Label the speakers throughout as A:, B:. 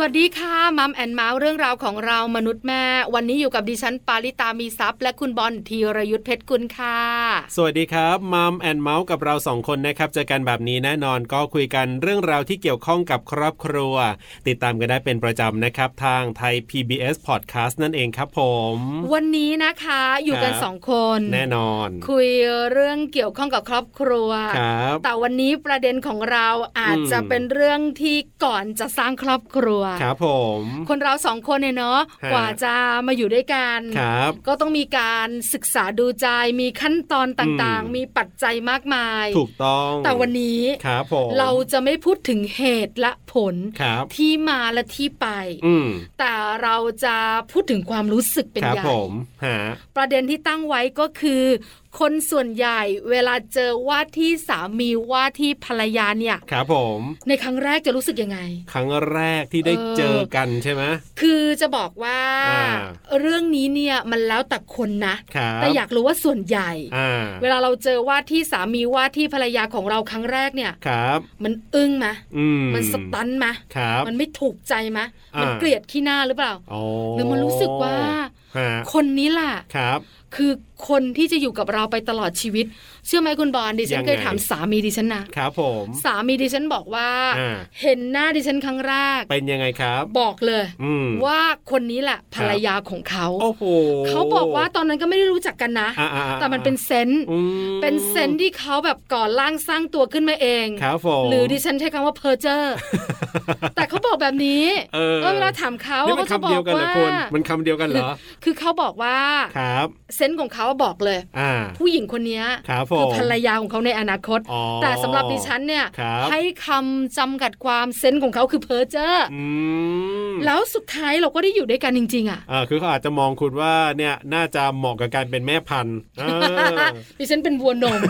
A: สวัสดีค่ะมัมแอนเมาส์เรื่องราวของเรามนุษย์แม่ วันนี้อยู่กับดิฉันปาริตามีซัพย์และคุณบอลธีรยุทธเพชรกุลค่ะ
B: สวัสดีครับมัมแอนเมาส์กับเราสองคนนะครับเจอกันแบบนี้แน่นอนก็คุยกันเรื่องราวที่เกี่ยวข้องกับครอบครัว ติดตามกันได้เป็นประจำนะครับ ทางไทย PBS Podcast นั่นเองครับผม
A: วันนี้นะคะอยู่กัน
B: ครับ
A: สองคน
B: แน่นอน
A: คุยเรื่องเกี่ยวข้องกับครอบครัว
B: ครับ
A: แต่วันนี้ประเด็นของเราอาจจะ
B: อืม
A: เป็นเรื่องที่ก่อนจะสร้างครอบครัว
B: ครับผม
A: คนเราสองคนเนี่ยเนาะ
B: ฮะ
A: กว่าจะมาอยู่ด้วยกัน
B: ครับ
A: ก็ต้องมีการศึกษาดูใจมีขั้นตอนต่าง
B: อืม
A: ๆ มีปัจจัยมากมาย
B: ถูกต้อง
A: แต่วันนี้
B: ครับผม
A: เราจะไม่พูดถึงเหตุและผล
B: ครับ
A: ที่มาและที่ไป
B: อืม
A: แต่เราจะพูดถึงความรู้สึกเป็น
B: ครับ
A: ใหญ่
B: ผมฮะ
A: ประเด็นที่ตั้งไว้ก็คือ คนส่วนใหญ่เวลาเจอว่าที่สามีว่าที่ภรรยาเนี่ย
B: ครับผม
A: ในครั้งแรกจะรู้สึกยังไง
B: ครั้งแรกที่ได้
A: เออ
B: เจอกันใช่ไหม
A: คือจะบอกว่า
B: อ่า
A: เรื่องนี้เนี่ยมันแล้วแต่คนนะ
B: ครับ
A: แต่อยากรู้ว่าส่วนใหญ่
B: อ่า
A: เวลาเราเจอว่าที่สามีว่าที่ภรรยาของเราครั้งแรกเนี่ย
B: ครับ
A: มันอึ้งไหม
B: อืม
A: มันสตันไหม
B: ครับ
A: มันไม่ถูกใจมะ
B: อ่ามั
A: มันเกลียดขี้หน้าหรือเปล่า
B: อ๋อ
A: หรือมันรู้สึกว่า
B: ฮะ
A: คนนี้ล่ะ
B: ครับ
A: คือคนที่จะอยู่กับเราไปตลอดชีวิต เชื่อไหมคุณบอลดิฉัน
B: ยังไง
A: เคยถามสามีดิฉันนะ
B: ครับผม
A: สามีดิฉันบอกว่า
B: อ่า
A: เห็นหน้าดิฉันครั้งแรก
B: เป็นยังไงครับ
A: บอกเลย
B: อืม
A: ว่าคนนี้แหละภรรยาของเขา
B: โอ้โห
A: เขาบอกว่าตอนนั้นก็ไม่ได้รู้จักกันนะ
B: อ่าอ่าอ่า
A: แต่มันเป็นเซนส์
B: อืม
A: เป็นเซนส์ที่เขาแบบก่อร่างสร้างตัวขึ้นมาเอง
B: ครับผม
A: หรือดิฉันใช้คำว่าเพอเจ อ แต่เขาบอกแบบนี้
B: เอ
A: เอ
B: อ
A: อเวลาถามเขา
B: นี่มั
A: เขาจะ
B: นคำ
A: บอ
B: เดียว
A: ก
B: กันเหรอ
A: ว่า
B: คุณมันคำเดียวกันเหรอ
A: คือเขาบอกว่า
B: ครับ
A: เซนส์ของเขาบอกเลย
B: อ่า
A: ผู้หญิงคนเนี้ย
B: ครับผม
A: คือภรรยาของเขาในอนาคต
B: อ๋อ
A: แต่สำหรับดิฉันเนี่ย
B: ครับ
A: ให้คำจำกัดความเซนส์ของเขาคือเพอเจอ
B: อืม
A: แล้วสุดท้ายเราก็ได้อยู่ด้วยกันจริง ๆ อ่ะ
B: อ่าคือเขาอาจจะมองคุณว่าเนี่ยน่าจะเหมาะกับการเป็นแม่พันธุ์เออ
A: ดิฉันเป็นวัวนม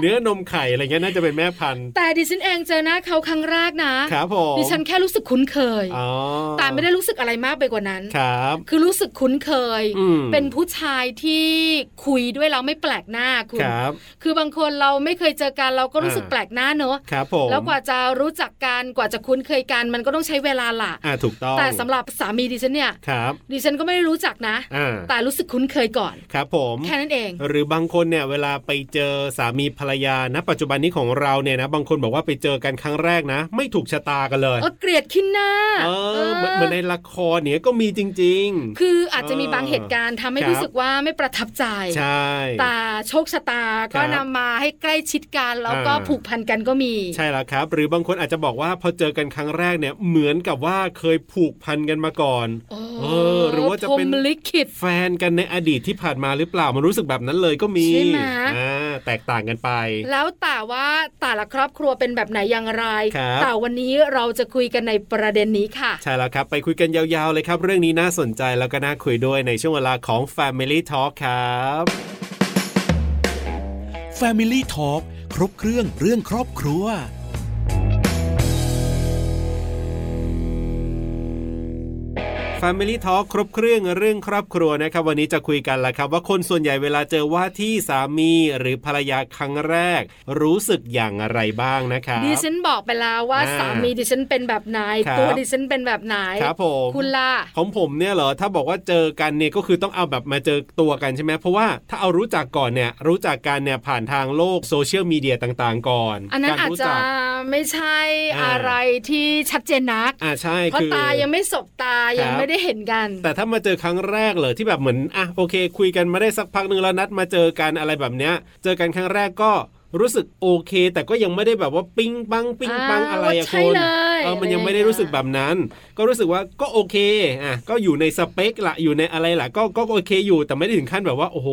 B: เนื้อนมไข่อะไรเงี้ยน่าจะเป็นแม่พันธุ์
A: แต่ดิฉันเองเจอหน้าเขาครั้งแรกนะครับ
B: ผม
A: ดิฉันแค่รู้สึกคุ้นเคย
B: อ๋อ
A: แต่ไม่ได้รู้สึกอะไรมากไปกว่านั้น
B: ครับ
A: คือรู้สึกคุ้นเคย
B: อืม
A: เป็นผู้ชายที่คุยด้วยเราไม่แปลกหน้าคุณ
B: ครับ
A: คือบางคนเราไม่เคยเจอกันเราก็รู้สึก
B: อ่า
A: แปลกหน้าเนอะ
B: ครับผม
A: แล้วกว่าจะรู้จักกันกว่าจะคุ้นเคยกัน มันก็ต้องใช้เวลาล่ะ
B: อ่าถูกต้อง
A: แต่สำหรับสามีดิฉันเนี่ย
B: ครับ
A: ดิฉันก็ไม่ได้รู้จักนะ
B: อ่า
A: แต่รู้สึกคุ้นเคยก่อน
B: ครับผม
A: แค่นั้นเอง
B: หรือบางคนเนี่ยเวลาไปเจอสามีภรรยานะ ปัจจุบันนี้ของเราเนี่ยนะ บางคนบอกว่าไปเจอกันครั้งแรกนะ ไม่ถูกชะตากันเลย
A: เออเกลียดขี้หน้า
B: เอ
A: เอ
B: อ
A: อ
B: เหมือนเหมือนในละครเนี่ยก็มีจริง
A: คืออาจจะ
B: เออบ
A: มีางเหตุการณ์ทำให้
B: ครับ
A: รู้สึกว่าไม่ประทับใจ
B: ๆ ใช่
A: แต่โชคชะตาก็
B: ครับ
A: นำมาให้ใกล้ชิดกันแล้วก็
B: อ่า
A: ผูกพันกันก็มี
B: ใช่แล้วครับ หรือบางคนอาจจะบอกว่าพอเจอกันครั้งแรกเนี่ยเหมือนกับว่าเคยผูกพันกันมาก่อน
A: โอ้
B: เออหรือว่าจะเป็น
A: พรหมลิขิต
B: แฟนกันในอดีตที่ผ่านมาหรือเปล่ามันรู้สึกแบบนั้นเลยก็มี
A: ใช่ไหม
B: อ่าแตกต่างกันไป
A: แล้วแต่ว่าแต่ละครอบครัวเป็นแบบไหนอย่างไร
B: ครับ
A: แต่วันนี้เราจะคุยกันในประเด็นนี้ค่ะ
B: ใช่แล้วครับ ไปคุยกันยาวๆเลยครับ เรื่องนี้น่าสนใจแล้วก็น่าคุยด้วยในช่วงเวลาของ Family Talk ครับ
C: Family Talk ครบเครื่องเรื่องครอบครัว
B: Family Talk ครบเครื่องเรื่องครอบครัวนะครับ วันนี้จะคุยกันละครับ ว่าคนส่วนใหญ่เวลาเจอว่าที่สามีหรือภรรยาครั้งแรก รู้สึกอย่างไรบ้างนะครับ
A: ดิฉันบอกไปแล้วว่า
B: อ่า
A: สามีดิฉันเป็นแบบไหน
B: ครับ
A: ตัวดิฉันเป็นแบบไหน
B: ครับผม
A: คุณล่ะ
B: ของผมเนี่ยเหรอถ้าบอกว่าเจอกันเนี่ยก็คือต้องเอาแบบมาเจอตัวกันใช่ไหมเพราะว่าถ้าเอารู้จักก่อนเนี่ยรู้จักกันเนี่ยผ่านทางโลกโซเชียลมีเดียต่างๆ ก่อน
A: อันนั้น
B: กร
A: อาจ
B: รู้
A: จะ
B: ก
A: ไม่ใช่
B: อ่า
A: อะไรที่ชัดเจนนัก
B: อ่าใช่
A: เพราะ
B: คือ
A: ตายังไม่สบตา
B: ครับ
A: ยังไม่ได้เห็นกัน
B: แต่ถ้ามาเจอครั้งแรกเลยที่แบบเหมือนอ่ะโอเค คุยกันมาได้สักพักหนึ่งแล้วนัดมาเจอกันอะไรแบบเนี้ย เจอกันครั้งแรกก็รู้สึกโอเค แต่ก็ยังไม่ได้แบบว่าปิ้งปังปิ้งปัง
A: อ่า
B: อะไรอะ
A: ว่าใช่
B: คุณ
A: เลย
B: เออมั
A: อะ
B: น
A: ไร
B: ยังไม่ได้
A: อย่างเงี้ย
B: รู้สึกแบบนั้น ก็รู้สึกว่าก็โอเคอ่ะก็อยู่ในสเปคละอยู่ในอะไรละก็ก็โอเคอยู่แต่ไม่ได้ถึงขั้นแบบว่า โอ้โห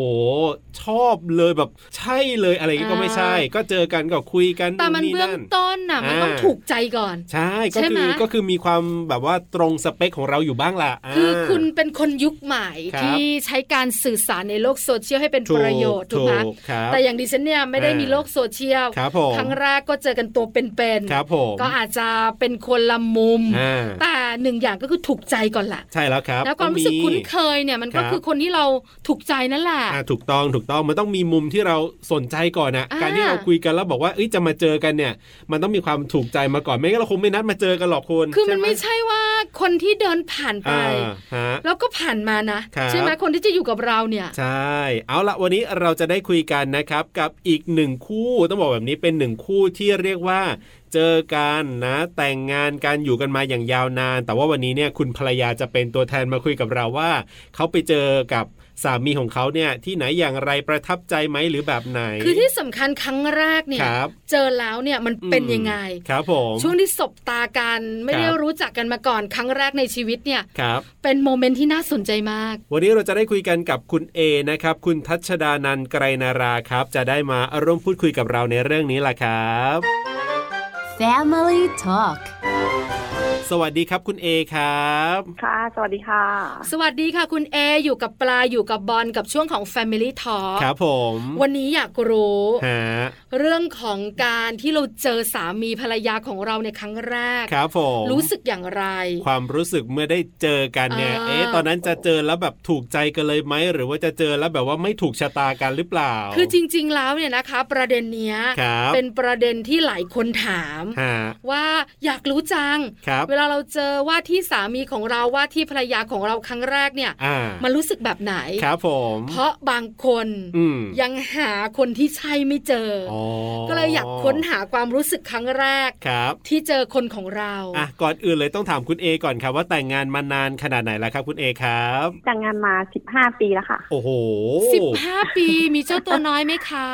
B: ชอบเลยแบบใช่เลยอะไรอย่างงี้ก็ไม่ใช่ ก็เจอกันก็คุยกัน
A: แต่มัน
B: นู่
A: เบื้อง
B: นั่น
A: ต้นน่ะมัน
B: อ่า
A: ต้องถูกใจก่อน
B: ใช่ก็
A: ใช่ไหม
B: คือก็คือมีความแบบว่าตรงสเปคของเราอยู่บ้างละา
A: คือคุณเป็นคนยุคใหม่
B: ครับ
A: ที่ใช้การสื่อสารในโลกโซเชียลให้เป็น
B: ถูก
A: ประโยชน์ถูกไหม
B: ถูกครับ
A: แต่อย่างดิฉันเนี่ยไม่ได้
B: อ่ามี
A: มีโลกโซเชียล
B: ครับผม
A: งแรกก็เจอกันตัวเป็น
B: ครับผม
A: ๆก็อาจจะเป็น คนละมุม
B: อ่า
A: แต่หนึ่งอย่างก็คือถูกใจก่อนละ
B: ใช่แล้วครับ
A: แล้วความรู้สึก
B: ต้อง
A: คุ้นเคยเนี่ยมัน
B: ครั
A: ก็
B: บ
A: คือคนที่เราถูกใจนั่นแหละ
B: อ่าถูกต้องถูกต้องมันต้องมีมุมที่เราสนใจก่อนนะ
A: อ่า
B: การที่เราคุยกันแล้วบอกว่าเอ้ยจะมาเจอกันเนี่ย มันต้องมีความถูกใจมาก่อนไม่งั้นเราคงไม่นัดมาเจอกันหรอกคุณ
A: คือมัน
B: ห
A: ไม่ใช่ว่าคนที่เดินผ่านไป
B: อ่าฮะ
A: แล้วก็ผ่านมานะครับ ใช่ไหมคนที่จะอยู่กับเราเนี่ย
B: ใช่ เอาละวันนี้เราจะได้คุยกันนะครับ กับอีกหนึ่งคู่ต้องบอกแบบนี้เป็นหนึ่งคู่ที่เรียกว่า เจอกันนะ แต่งงานการอยู่กันมาอย่างยาวนาน แต่ว่าวันนี้เนี่ยคุณภรรยาจะเป็นตัวแทนมาคุยกับเราว่า เขาไปเจอกับสามีของเขาเนี่ยที่ไหนอย่างไรประทับใจไหมหรือแบบไหน
A: คือที่สำคัญครั้งแรกเนี่ย
B: ครับ
A: เจอแล้วเนี่ยมันเป็นยังไง
B: อืมครับผม
A: ช่วงที่สบตากันไม่ได้
B: ครับ
A: รู้จักกันมาก่อน ครั้งแรกในชีวิตเนี่ย
B: ครับ
A: เป็นโมเมนต์ที่น่าสนใจมาก
B: วันนี้เราจะได้คุยกันกับคุณเอนะครับ คุณทัชดานันท์ไกรนาราครับ จะได้มาร่วมพูดคุยกับเราในเรื่องนี้ล่ะครับ
D: Family Talk
B: สวัสดีครับคุณเอครับ
E: ค่ะ สวัสดีค่ะ
A: สวัสดีค่ะคุณเออยู่กับปลาอยู่กับบอลกับช่วงของ Family Talk
B: ครับผม
A: วันนี้อยากรู้
B: ฮะ
A: เรื่องของการที่เราเจอสามีภรรยาของเราในครั้งแรก
B: ครับผม
A: รู้สึกอย่างไร
B: ความรู้สึกเมื่อได้เจอกันเนี่ย
A: อ่า
B: เอ๊ะตอนนั้นจะเจอแล้วแบบถูกใจกันเลยไหม หรือว่าจะเจอแล้วแบบว่าไม่ถูกชะตากันหรือเปล่า
A: คือจริง ๆ แล้วเนี่ยนะคะ ประเด็นเนี้ย
B: ครับ
A: เป็นประเด็นที่หลายคนถาม
B: ฮะ
A: ว่าอยากรู้จัง
B: ครับ
A: เวลาเราเจอว่าที่สามีของเราว่าที่ภรรยาของเราครั้งแรกเนี่ย
B: อ่า
A: มันรู้สึกแบบไหน
B: ครับผม
A: เพราะบางคน
B: อืม
A: ยังหาคนที่ใช่ไม่เจออ
B: อ๋อ
A: ก็เลยอยากค้นหาความรู้สึกครั้งแรก
B: ครับ
A: ที่เจอคนของเรา
B: อ่ะก่อนอื่นเลยต้องถามคุณเอก่อนครับว่าแต่งงานมานานขนาดไหนแล้วครับคุณเอครับ
E: แต่งงานมา 15 ปีแล้วค่ะ
B: โอ้โห
A: 15 ปีมีเจ้าตัวน้อยไหมคะ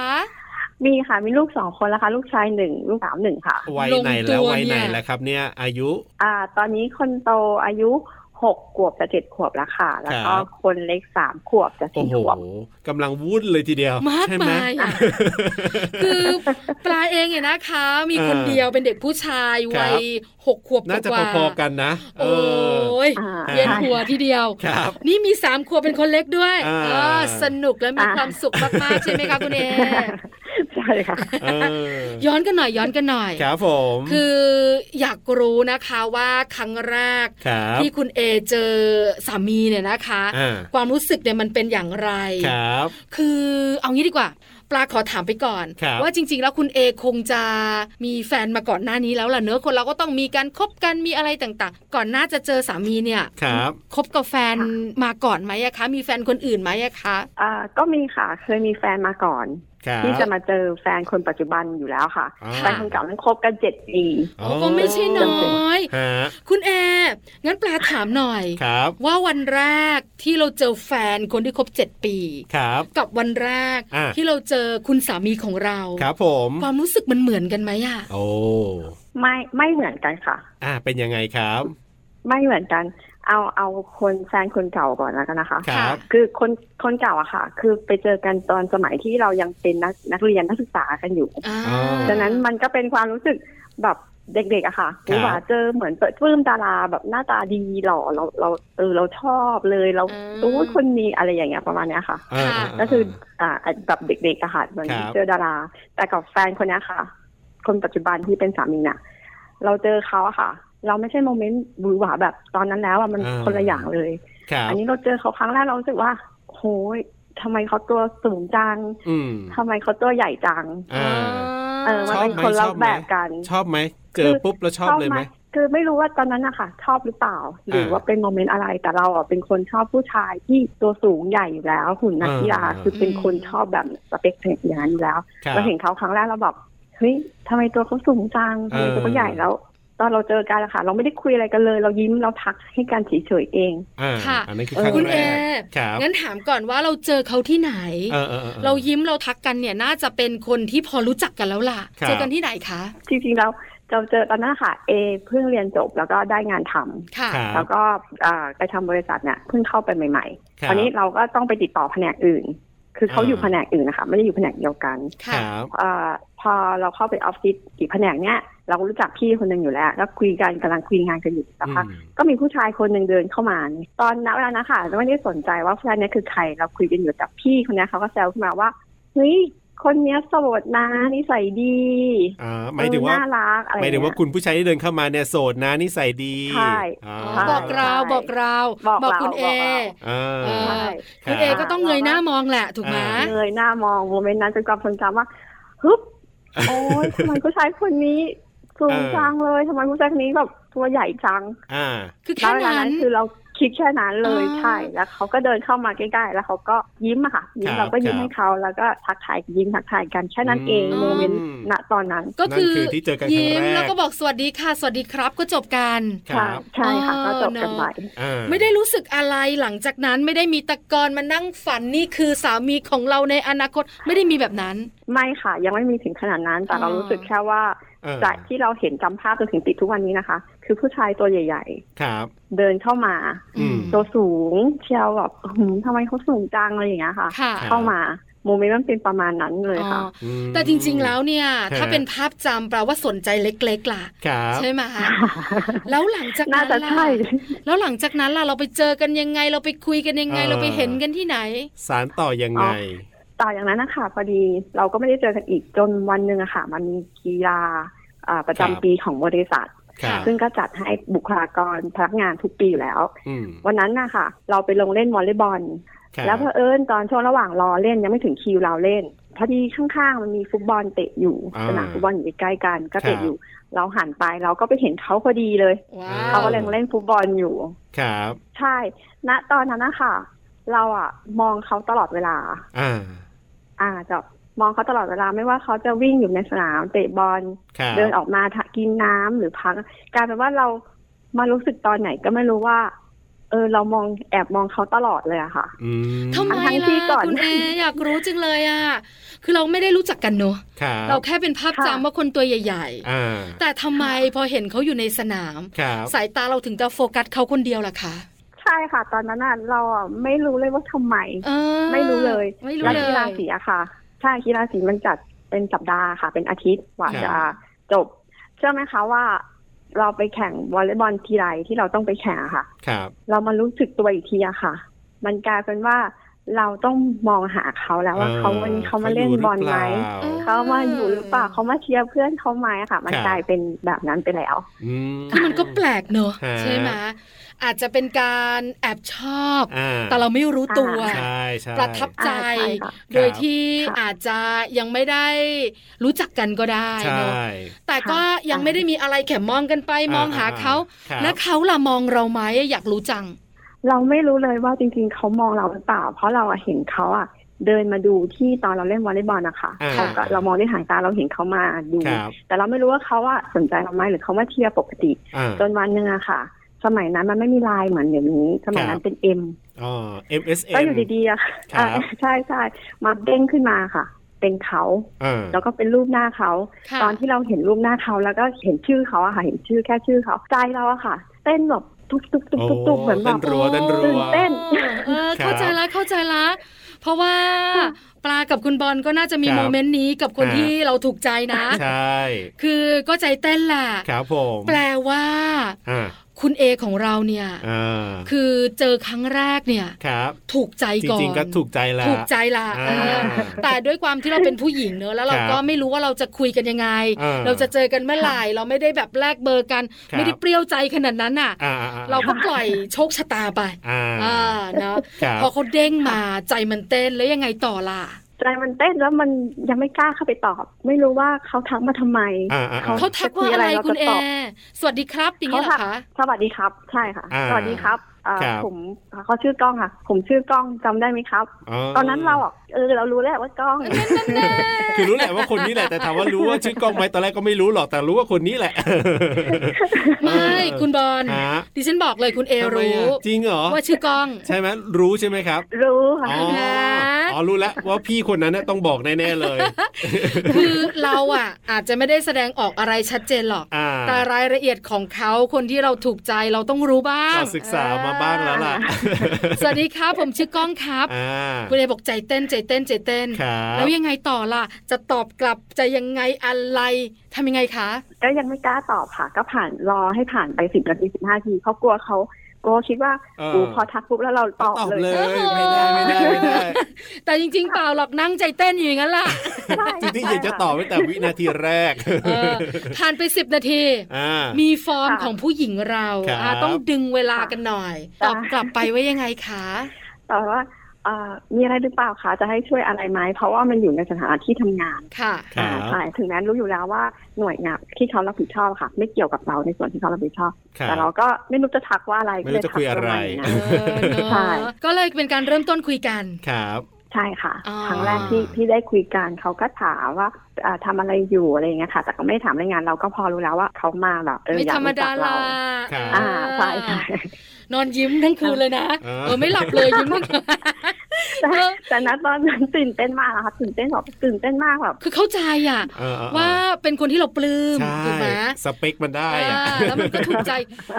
E: มีค่ะ มีลูกสองคนแล้วค่ะ ลูกชายหนึ่งลูกสาวหนึ่งค่ะ
B: วัยไหน
A: ลงตั
B: แล้ว
A: ว
B: วัยไหน
A: เนี่ย
B: แล้วครับเนี่ยอายุ
E: อ่า ตอนนี้คนโตอายุหกขวบจะเจ็ดขวบแล้วค่ะ แล้ว
B: ค
E: ก็
B: รับ
E: คนเล็กสามขวบจะ
B: โอ้
E: สี่
B: โห
E: ขวบ
B: กำลังวุ่นเลยทีเดียว
A: มาก
B: ใช่ไหม
A: มายอะ คือปลาเองเนี่ยนะคะ มีคน
B: อ่า
A: เดียวเป็นเด็กผู้ชาย
B: ครั
A: วั
B: บ
A: ยหกขวบ
B: น่าจะ
A: ว่า
B: พอๆกันนะเอ
A: โอ้
B: อย
E: อ่า
A: เย็นหัวทีเดียว
B: ครับ
A: นี่มีสามขวบเป็นคนเล็กด้วย
B: อ่า
A: เออสนุกและมี
E: อ่า
A: ความสุขมากๆใช่ไหมคะคุณเอ
E: ใช่ค่ะ
B: เออ
A: ย้อนกันหน่อยย้อนกันหน่อย
B: ครับผม
A: คืออยากรู้นะคะว่าครั้งแรก
B: ครับ
A: ที่คุณเอเจอสามีเนี่ยนะคะ
B: อ่า
A: ความรู้สึกเนี่ยมันเป็นอย่างไร
B: ครับ
A: คือเอางี้ดีกว่า ปลาขอถามไปก่อน
B: ครับ
A: ว่าจริง ๆ แล้วคุณเอคงจะมีแฟนมาก่อนหน้านี้แล้วล่ะเนอะคนเราก็ต้องมีการคบกันมีอะไรต่างๆ ก่อนหน้าจะเจอสามีเนี่ย
B: ครับ
A: คบกับแฟนมาก่อนไหมอะคะ มีแฟนคนอื่นไหมอะคะ
E: อ่า ก็มีค่ะ เคยมีแฟนมาก่อน
B: ครับ
E: ที่จะมาเจอแฟนคนปัจจุบันอยู่แล้วค่ะ
B: อ่า
E: แฟนคนเก่านั้นคบกันเจ็ดปี
B: อ๋อ
A: ก็ไม่ใช่น้อย
B: ฮะ
A: คุณเองั้นปลาถามหน่อย
B: ครับ
A: ว่าวันแรกที่เราเจอแฟนคนที่คบเจ็ดปี
B: ครับ
A: กับวันแรก
B: อ่ะ
A: ที่เราเจอคุณสามีของเรา
B: ครับผม
A: ความรู้สึกมันเหมือนกันไหมอะ
B: โอ้
E: ไม่ไม่เหมือนกันค่ะ
B: อ่ะเป็นยังไงครับ
E: ไม่เหมือนกัน เอาเอาคนแฟนคนเก่าก่อนแล้วกันนะคะ
B: ครับ
E: คือคนคนเก่าอะค่ะ คือไปเจอกันตอนสมัยที่เรายังเป็นนักนักเรียนนักศึกษากันอยู่
A: อ่า
B: อ๋อ
E: ดังนั้นมันก็เป็นความรู้สึกแบบเด็กๆอะค่ะ
B: ครับ
E: กูว่าเจอเหมือนเปลื้มดาราแบบหน้าตาดีหล่อเราเราเออเราชอบเลยเรา
A: อืม
E: รู้คนนี้อะไรอย่างเงี้ยประมาณเนี้ยค่ะ
B: อ่าาา
E: ก็คืออ่าแบบเด็กๆอะค่ะเหมือน
B: ครับ
E: เจอดารา แต่กับแฟนคนเนี้ยค่ะ คนปัจจุบันที่เป็นสามีน่ะ เราเจอเขาอะค่ะ เราไม่ใช่โมเมนต์บูหวาแบบตอนนั้นแล้วอะมันคนละอย่างเลย
B: ครับ
E: อันนี้เราเจอเขาครั้งแรกเรารู้สึกว่าโหยทำไมเขาตัวสูงจัง
B: อืม
E: ทำไมเขาตัวใหญ่จัง
B: อ่า
E: เออมัน
B: ชอบไหม
E: เป็นคนละ
B: ชอบไหม
E: แบบกัน
B: ชอบไหมเจอ
E: คือ
B: ปุ๊บแล้วชอบเลยไหม
E: คือไม่รู้ว่าตอนนั้นนะคะชอบหรือเปล่า หรืออา ว่าเป็นโมเมนต์อะไรแต่เราอ่ะเป็นคนชอบผู้ชายที่ตัวสูงใหญ่อยู่แล้วหุ่นนักกีฬา
B: อ่า
E: คือเป็นคนชอบแบบสเปคอย่างนั้นอยู่แล้ว
B: ครับ
E: เราเห็นเขาครั้งแรกเราแบบเฮ้ยทำไมตัวเขาสูงจังทำไมตัวเขาใหญ่แล้ว ตอนเราเจอกันอะค่ะ เราไม่ได้คุยอะไรกันเลย เรายิ้มเราทักให้กันเฉยๆเอง
B: อ่า
A: ค่ะ
B: อันนั้นคือครั้ง
A: คุณ
B: แร
A: เอก
B: ครับ
A: งั้นถามก่อนว่าเราเจอเขาที่ไหน
B: เออออออ
A: เรายิ้มเราทักกันเนี่ยน่าจะเป็นคนที่พอรู้จักกันแล้วล่ะ
B: ครับ
A: เจอกันที่ไหนคะ
E: จริงๆแล้วเราเจอตอนนั้นค่ะเอเพิ่งเรียนจบแล้วก็ได้งานทำ
A: ค่ะ
B: ครับ
E: แล้วก็อ่าไปทำบริษัทเนี่ยเพิ่งเข้าไปใหม่ ๆ
B: ครับ
E: คราวนี้เราก็ต้องไปติดต่อแผนกอื่น คือเขา
B: อ่า
E: อยู่แผนกอื่นนะคะ ไม่ได้อยู่แผนกเดียวกัน
B: ค
A: ค่ะ
B: รับ
E: เออพอเราเข้าไปออฟฟิศอีกแผนกเนี้ย เราก็รู้จักพี่คนหนึ่งอยู่แล้ว แล้วคุยกันกำลังคุยงานกันอยู่สักพัก
B: อืม
E: ก็มีผู้ชายคนหนึ่งเดินเข้ามา ตอนนั้นเวลานะค่ะไม่ได้สนใจว่าผู้ชายเนี้ยคือใคร เราคุยกันอยู่แต่พี่คนเนี้ยเขาก็แซวขึ้นมาว่า เฮ้ย คนเนี้ยโสดนะนิสัยดี
B: อ่าหมายถึงว่า
E: เออน่ารักอะไร
B: หมายถึงว่า
E: เงี้
B: คุณผู้ชายที่เดินเข้ามาเนี่ยโสดนะนิสัยดี
E: ใช่
B: อ่า
E: ใช่
A: บอกเรา
E: ใช่
A: บอกเรา
E: บอกเรา
A: คุณเอ
E: บอกเรา
B: อ่
A: เอา อ
B: ค
E: ใช่
A: คุ
B: รับ
A: ณเอก็ต้องเงยหน้ามองแหละถูกไหม
B: อ่า
E: เลยหน้ามองโมเมนต์นั้นจนความทรงจำว่าฮึบโอ้ ยทำไมผู้ชายคนนี้สูง
B: เออ
E: จังเลยทำไมผู้ชายคนนี้แบบตัวใหญ่จัง
B: อ่า
A: คือ
E: แล้
A: แค่
E: วเวลา
A: นั้
E: นั้น นคือเราคิดแค่นั้นเลย
A: อ่า
E: ใช่แล้วเขาก็เดินเข้ามาใกล้ๆแล้วเขาก็ยิ้มอะค่ะยิ้ม
B: ครับ
E: เราก็ยิ้ม
B: ครับ
E: ให้เขาแล้วก็ทักทายยิ้มทักทายกันแค่นั้น
B: อืม
E: เองโมเมนต์
B: อืม
E: ณตอนนั้น
A: ก็
B: นั่นคือที่เจอกันครั้งแรก
A: ยิ้มแล้วก็บอกสวัสดีค่ะ สวัสดีครับก็จบกัน
B: ค
E: ใช่
B: รับ
E: ใช่ค่ะก็จบกัน
A: เออเนอะ
E: ไป
B: อ่า
A: ไม่ได้รู้สึกอะไรหลังจากนั้นไม่ได้มีตะกอนมานั่งฝันนี่คือสามีของเราในอนาคตไม่ได้มีแบบนั้น
E: ไม่ค่ะ ยังไม่มีถึงขนาดนั้น แต่เรา
A: อ๋อ
E: รู้สึกแค่ว่า
B: เออ
E: จากที่เราเห็นจำภาพจนถึงติดทุกวันนี้นะคะ คือผู้ชายตัวใหญ่
B: ครับ
E: ๆ เดินเข้ามา
B: อืม
E: ตัวสูงเชียวแบบหืมทำไมเขาสูงจังอะไรอย่างเงี้ยค่ะ
A: ค่ะ
B: ครับ
E: เข้ามาโมเมนต์มันเป็นประมาณนั้นเลยค่ะ
A: อ๋อ
B: อืม
A: แต่จริงๆแล้วเนี่ย
B: ฮะ
A: ถ้าเป็นภาพจำแปลว่าสนใจเล็กๆล่ะ
B: ครับ
A: ใช่ไหม คะแล้วหลังจาก
E: น่า
A: นั้น
E: จะ
A: ล่ะ
E: ใช่
A: แล้วหลังจากนั้นล่ะเราไปเจอกันยังไงเราไปคุยกันยังไงเราไปเห็นกันที่ไหน
B: สารต่อยังไง
E: ต่ออย่างนั้นนะคะพอดีเราก็ไม่ได้เจอกันอีกจนวันหนึ่งอะค่ะ มันมีกีฬาอ่าประ
B: ค
E: จำ
B: รับ
E: ปีของบริษัท
B: ครับ
E: ซึ่งก็จัดให้บุคลากรพนักงานทุกปีอยู่แล้ว
B: อืม
E: วันนั้นนะคะเราไปลงเล่นวอลเลย์บอล
B: ครับ
E: แล้วเพอเอิญตอนช่วงระหว่างรอเล่นยังไม่ถึงคิวเราเล่น พอดีข้างๆมันมีฟุตบอลเตะอยู่
B: า
E: สนามฟุตบอลอยู่ใกล้ๆกันก็เตะ
B: ครับ
E: อยู่ เราหันไปเราก็ไปเห็นเขาพอดีเลย
A: ว้า
E: เขา
A: ว
E: กำลังเล่นฟุตบอลอยู่
B: ครับ
E: ใช่ ณตอนนั้นนะคะเราอะมองเขาตลอดเวลา
B: อ่า
E: อ่าจะมองเขาตลอดเวลาไม่ว่าเขาจะวิ่งอยู่ในสนามเตะบอล
B: ครับ
E: เดินออกมาทะกินน้ำหรือพักกลายเป็นว่าเรามารู้สึกตอนไหนก็ไม่รู้ว่า เออเรามองแอบมองเขาตลอดเลยอะค่ะ
B: อืม
A: ทำไม
E: ทั้งที่
A: ล่ะ
E: ก่อน
A: คุณเออยากรู้จังเลยอ่ะคือเราไม่ได้รู้จักกันเนอะ
B: ครับ
A: เราแค่เป็นภาพจำว่าคนตัวใหญ่ ๆ
B: อ่า
A: แต่ทำไมพอเห็นเขาอยู่ในสนาม
B: ครับ
A: สายตาเราถึงจะโฟกัสเขาคนเดียวล่ะคะ
E: ใช่ค่ะ ตอนนั้นอะเราอะไม่รู้เลยว่าทำไม
A: เออ
E: ไม่รู้เลย
A: ไม่รู้
E: แล้ว
A: เล
E: กีฬาย สีอะค่ะ ใช่กีฬาสีมันจัดเป็นสัปดาห์ค่ะ เป็นอาทิตย์กว่า
A: ครับ
E: จะจบเชื่อไหมคะว่า เราไปแข่งวอลเลย์บอลทีไรที่เราต้องไปแข่งอะค่ะ
B: ครับ
E: เรามารู้สึกตัวอีกทีอะค่ะ มันกลายเป็นว่าเราต้องมองหาเขาแล้วว่าเขาวันนี้เขามาเล่นบอลไหม
B: เขาอ
A: เออ
B: ยู่รือเปล่า
E: เขามาอยู่หรือเปล่าเขามาเชียร์เพื่อนเขาไหมอะค่ะ มัน
B: ครับ
E: กลายเป็นแบบนั้นไปแล้ว
B: อืม
A: คือมันก็แปลกเนอะ
B: ฮะ
A: ใช่ไหมอาจจะเป็นการแอบชอบ
B: อ่า
A: แต่เราไม่รู้ตัว
B: ใช่ใช่
A: ประทับใจ
E: อ่าใช่ค่ะ
A: โดย
B: ครับ
A: ที่
E: ค่ะ
A: อาจจะยังไม่ได้รู้จักกันก็ได้
B: ใช่
A: เนอะแต่ก็ยังไม่ได้มีอะไรแข่มองกันไปมองหาเขา
B: ครับ
A: และเขาล่ะมองเราไหมอยากรู้จัง
E: เราไม่รู้เลยว่าจริงๆเขามองเราหรือเปล่า เพราะเราอะเห็นเขาอะเดินมาดูที่ตอนเราเล่นวอลเลย์บอลนะคะ
B: อ่
A: ค่ะ
E: ก็เรามองด้วยสายตาเราเห็นเขามาดู
B: ครับ
E: แต่เราไม่รู้ว่าเขาอะสนใจเราไหมหรือเขามาเชียร์ปกติ
B: อ่า
E: จนวันหนึ่งอะค่ะ สมัยนั้นมันไม่มีไลน์เหมือนเดี๋ยวนี้ สมัย
B: ค
E: นั้
B: รั
E: น
B: บ
E: เป็น M
B: อ๋อ MSN
E: ก็อยู่ดีๆอะ
B: ครับ
E: อ่ะใช่ใช่มาเด้งขึ้นมาค่ะ เป็นเขา
B: อ่า
E: แล้วก็เป็นรูปหน้าเขา
A: ค่ะ
E: ตอนที่เราเห็นรูปหน้าเขาแล้วก็เห็นชื่อเขาอะค่ะ เห็นชื่อแค่ชื่อเขาใจเราอะค่ะ เต้นแบบตุ๊บตุ๊บตุ๊บตุ๊บตุ๊บเหมือนแบ
B: เต้
E: บ
B: นรัวเต้นรั
E: ตื่
B: ว
E: นเต้น
A: เออเข้าใจละเข้าใจละ เพราะว่าปลากับคุณบอลก็น่าจะมี
B: ครับ
A: โมเมนต์นี้กับคน
B: ฮะ
A: ที่เราถูกใจนะ
B: ใช่
A: คือก็ใจเต้นแหละ
B: ครับผม
A: แปลว่า
B: อ่า
A: คุณเอของเราเนี่ย
B: อ่า
A: คือเจอครั้งแรกเนี่ย
B: ครับ
A: ถูกใจ
B: จ
A: ก่อน
B: ริงๆก็ถูกใจแล้ว
A: ถูกใจละ
B: อ่า
A: เออแต่ด้วยความที่เราเป็นผู้หญิงเนอะแล้วเรา
B: ครับ
A: ก็ไม่รู้ว่าเราจะคุยกันยังไง
B: เออ
A: เราจะเจอกันเมื่อไหร่เราไม่ได้แบบแลกเบอร์กัน
B: ครับ
A: ไม่ได้เปรี้ยวใจขนาดนั้นน่ะ
B: อ่า
A: เราก็ปล่อยโชคชะตาไป
B: อ่า
A: อ่าเนอะ
B: ครับ
A: พอเขาเด้งมาใจมันเต้นแล้วยังไงต่อล่ะ
E: ใจมันเต้นแล้วมันยังไม่กล้าเข้าไปตอบ ไม่รู้ว่าเขาทักมาทำไม
B: อ่าอ่า
E: เข
B: อ่า
A: เขาทักว่าอะไรคุณเอ
E: จะคุยอะไรเราก็ตอบ
A: สวัสดีครับอย่างนี้เหรอคะ
E: สวัสดีครับ ใช่ค่ะ
B: อ่า
E: สวัสดีครับเอ่อ
B: ครับ
E: ผมเขาชื่อกล้องค่ะ ผมชื่อกล้องจำได้ไหมครับ ตอนนั้นเราอะเออเรารู้แล้วว่ากล้อง
B: คือรู้แหละว่าคนนี้แหละแต่ถามว่ารู้ว่าชื่อกล้องไหมตอนแรกก็ไม่รู้หรอกแต่รู้ว่าคนนี้แหละ
A: ไม่คุณบอล
B: ฮะ
A: ดิฉันบอกเลยคุณเอ
B: ทำไม
A: รู้
B: อ่ะจริงเหรอ
A: ว่าชื่อกล้อง
B: ใช่ไหมรู้ใช่ไหมครับ
E: รู้ค่ะ
B: อ๋ออ๋อรู้แล้วว่าพี่คนนั้นน่ะต้องบอกแน่ๆเลย
A: คือเราอ่ะ อาจจะไม่ได้แสดงออกอะไรชัดเจนหรอก
B: อ่า
A: แต่รายละเอียดของเขาคนที่เราถูกใจเราต้องรู้บ้าง
B: ก็ศึกษามาบ้างแล้วล่ะ
A: สวัสดีครับผมชื่อกล้องครับ
B: อ่า
A: คุณเอบอกใจเต้นใจเต้นใจเต้น
B: ครับ
A: แล้วยังไงต่อล่ะ จะตอบกลับจะยังไงอะไรทำยังไงคะ
E: ก็ยังไม่กล้าตอบค่ะ ก็ผ่านรอให้ผ่านไปสิบนาทีสิบห้าทีเขากลัวเขากลัวคิดว่า
B: เ
E: อูพอทักปุ๊บแล้วเราตอบ
B: ตอบ
E: เลย
B: เลยไม่ได้ไม่ได้ไม่ได้
A: แต่จริงๆ เปล่าหรอกนั่งใจเต้นอยู่อย่างนั้นล่ะ
E: ใช่
B: จริงๆอยากจะ
E: ใช่ค่ะ
B: ตอบตั้งแต่วินาทีแรก
A: เออผ่านไปสิบนาที
B: อ่า
A: มีฟอร์ม
E: ค่ะ
A: ของผู้หญิงเรา
B: ครับ
A: อ่ะต้องดึงเวลากันหน่อย
E: ค่ะ
A: ตอบกลับไปว่ายังไงคะ
E: แต่ว่าเอ่อมีอะไรหรือเปล่าคะจะให้ช่วยอะไรไหมเพราะว่ามันอยู่ในสถานที่ทำงาน
A: ค่ะ
B: ครับ
E: อ่าใช่ถึงแม้รู้อยู่แล้วว่าหน่วยงานที่เขารับผิดชอบค่ะ ไม่เกี่ยวกับเราในส่วนที่เขารับผิดชอบ
B: ครับ
E: แต่เราก็ไม่รู้จะทักว่าอะไร
B: ไม่รู้จะคุยอะไร
E: ก็เลยทั
A: เออเน
E: กปมาณนั้น
A: อะ
E: ใช่
A: ก็เลยเป็นการเริ่มต้นคุยกัน
B: ครับ
E: ใช่ค่ะ
A: อ๋อ
E: ครั้งแรกที่ที่ได้คุยกันเขาก็ถามว่าอ่าทำาอะไรอยู่อะไรอย่างเงี้ยค่ะ แต่ก็ไม่ได้ถามรายงานเราก็พอรู้แล้วว่าเขามาแบบเออ
A: ไม่
E: อยา
A: ธ
E: ก
A: รรม
E: รู้จั
A: ดาก
E: เรา
A: ละ
B: ครับ
E: อ่าใช่ใช่
A: นอนยิ้มทั้งคืนเลยนะ
B: เออ
A: เออไม่หลับเลยยิ้มทั้งคืน
E: แต่
A: เออ
E: แต่ณตอนนั้นตื่นเต้นมากนะคะตื่นเต้นแบบตื่นเต้นมากแบบ
A: คือเข้าใจอ่ะ
B: เออเออเออ
A: ว่าเป็นคนที่เราปลื้ม
B: ใช่
A: ถูกไหม
B: สเปคมันได้อะ
A: อ่าแล้วมันก็ถูกใจ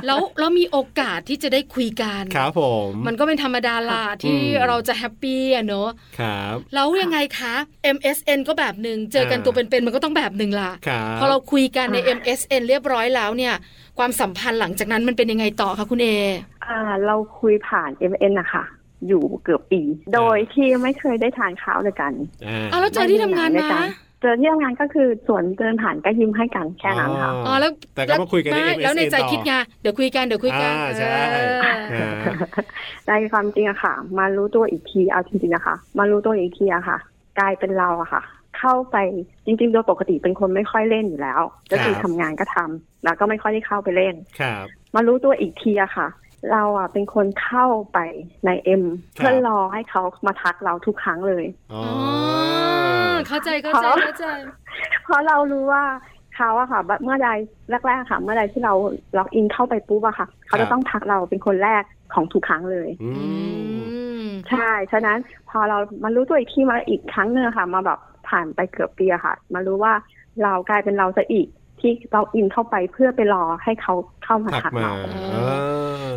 A: แล้วแล้วมีโอกาสที่จะได้คุยกัน
B: ครับผม
A: มันก็เป็นธรรมดาล่ะที่
B: อืม
A: เราจะแฮปปี้อะเนอะ
B: ครับ
A: แล้วยังไงคะ MSN ก็แบบหนึ่งเจอกัน
B: อ่า
A: ตัวเป็นๆมันก็ต้องแบบหนึ่งล่ะ
B: ครับ
A: พอเราคุยกันใน
E: อ่า
A: MSN เรียบร้อยแล้วเนี่ย ความสัมพันธ์หลังจากนั้นมันเป็นยังไงต่อคะคุณเอ
E: อ่าเราคุยผ่าน m n นะคะอยู่เกือบปี โดยที่ไม่เคยได้ทานข้าวด้วยกัน
B: อ่า
A: อ้าวแล้วเจอที่ทำงาน
E: ไม่
A: นะ
E: มีเจอที่ทำงานก็คือส่วนเดินผ่านก็ยิ้มให้กันแค่นั้นค่ะ
A: อ๋อแล้ว
B: แต่ก็มาคุยกันใน
A: ไม่
B: MSN
A: แล้วในใจ
B: ต่อ
A: คิดไงเดี๋ยวคุยกันเดี๋ยวคุยกัน
B: อ่าใช่
A: เออ
B: อ่า
E: ในความจริงอะค่ะ มารู้ตัวอีกทีเอาจริงๆนะคะ มารู้ตัวอีกทีอะค่ะ กลายเป็นเราอะค่ะ เข้าไปจริงๆ โดยปกติเป็นคนไม่ค่อยเล่นอยู่แล้วก็คือ
B: ครับ
E: ทำงานก็ทำแล้วก็ไม่ค่อยได้เข้าไปเล่น
B: ครับ
E: มารู้ตัวอีกทีอะค่ะ เราอะเป็นคนเข้าไปในเอ็ม
B: ครับ
E: เพื่อรอให้เขามาทักเราทุกครั้งเลย
B: อ๋อ
A: อ๋อ
B: อ
A: เข้าใจเข้าใจเข้าใจ
E: เพราะเรารู้ว่าเขาอะค่ะแบบเมื่อใดแรกๆอะค่ะ เมื่อใดที่เราล็อกอินเข้าไปปุ๊บอะค่ะ เขา
B: ครั
E: จะ
B: บ
E: ต้องทักเราเป็นคนแรกของทุกครั้งเลย
B: อื
A: อื
B: ม
A: ม
E: ใช่ ฉะนั้นพอเรามารู้ตัวอีกทีมาอีกครั้งหนึ่งอะค่ะ มาแบบผ่านไปเกือบปีอะค่ะ มารู้ว่าเรากลายเป็นเราซะอีกที่เราอินเข้าไปเพื่อไปรอให้เขาเข้ามา
B: ถัก
E: ทัก
B: มา
E: เรา
A: เอ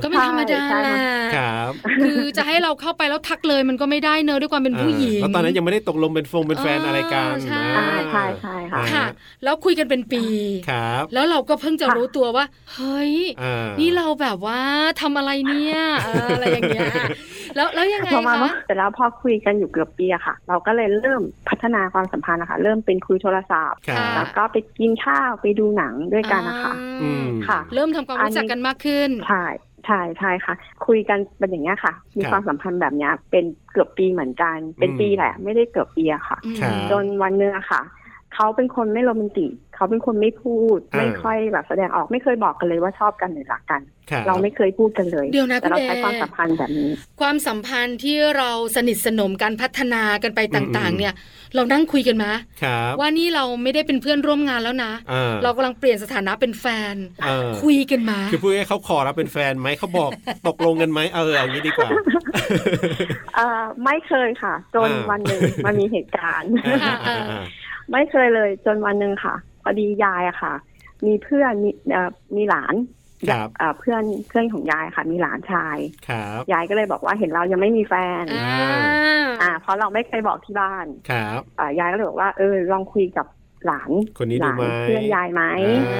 A: ก็
B: ก็
A: เป็นธรรมดา
E: ใช่ใช่
A: ล่ะ
B: ครับ
A: คือจะให้เราเข้าไปแล้วทักเลยมันก็ไม่ได้เนอะด้วยความเป็นผู้หญิง
B: อ่าแล้วตอนนั้นยังไม่ได้ตกลงเป็นฟงเป็นแฟน
A: เอออ
B: อะไรกัน
A: ใช่
E: อ่าใช่ใช่ค่ะ
A: ค่ะ แล้วคุยกันเป็นปี
B: ครับ
A: แล้วเราก็เพิ่งจะ
E: ค่ะ
A: รู้ตัวว่า เฮ้ย
B: อ่า
A: นี่เราแบบว่าทำอะไรเนี่ยเอออะไรอย่างเงี้ย แล้วแล้วยังไง
E: พอมา
A: คะ
E: แต่แล้วพอคุยกันอยู่เกือบปีอะค่ะ เราก็เลยเริ่มพัฒนาความสัมพันธ์นะคะเริ่มเป็นคุยโทรศัพท์
B: ครั
E: แล้
B: บ
E: วก็ไปกินข้าวไปดูหนังด้วยกันนะคะ
A: อ่า
B: อืม
E: ค่ะ
A: เริ่มทำความรู้จักกันมากขึ้น
E: ใช่ใช่ใช่ค่ะ คุยกันเป็นอย่างเงี้ยค่ะ มีความสัมพันธ์แบบเนี้ยเป็นเกือบปีเหมือนกัน เป็นปีแหละ ไม่ได้เกือบปีอะค่ะ
A: อืม
B: ครับ
E: จนวันหนึ่งอะค่ะ เขาเป็นคนไม่โรแมนติกเขาเป็นคนไม่พูด
B: อ่า
E: ไม่ค่อยแบบแสดงออกไม่เคยบอกกันเลยว่าชอบกันหรือรักกัน
B: คบ
E: เราไม่เคยพูดกันเลย
A: เดี๋ยวนะ
E: แต่เรา
A: คุณเอ
E: ใช้ความสัมพันธ์แบบนี้
A: ความสัมพันธ์ที่เราสนิทสนมกันพัฒนากันไปต่างๆ เนี่ย เรานั่งคุยกันไหม
B: ครับ
A: ว่านี่เราไม่ได้เป็นเพื่อนร่วมงานแล้วนะ
B: อ่า
A: เรากำลังเปลี่ยนสถานะเป็นแฟน
B: เออ
A: คุยกันมา
B: คือพูดให้เขาขอรับเป็นแฟนไหมเขาบอก ตกลงกันไหมเออเอางี้ดีกว่า
E: เอ่อไม่เคยค่ะ จน
B: อ่า
E: วันหนึ่งมันมีเหตุการณ์
B: อ่าอ่าอ่า
E: ไม่เคยเลยจนวันหนึ่งค่ะพอดียายอะค่ะ มีเพื่อนมีเอ่อมีหลาน
B: ครับ
E: เอ่อเพื่อนเพื่อนของยายค่ะ มีหลานชาย
B: ครับ
E: ยายก็เลยบอกว่าเห็นเรายังไม่มีแฟน
A: อ่า
E: อ่า เพราะเราไม่เคยบอกที่บ้าน
B: ครับ
E: อ่ายายก็เลยบอกว่าเออลองคุยกับหลาน
B: คนนี้
E: ห
B: ดูไหม
E: ลานเพื่อนยายไหม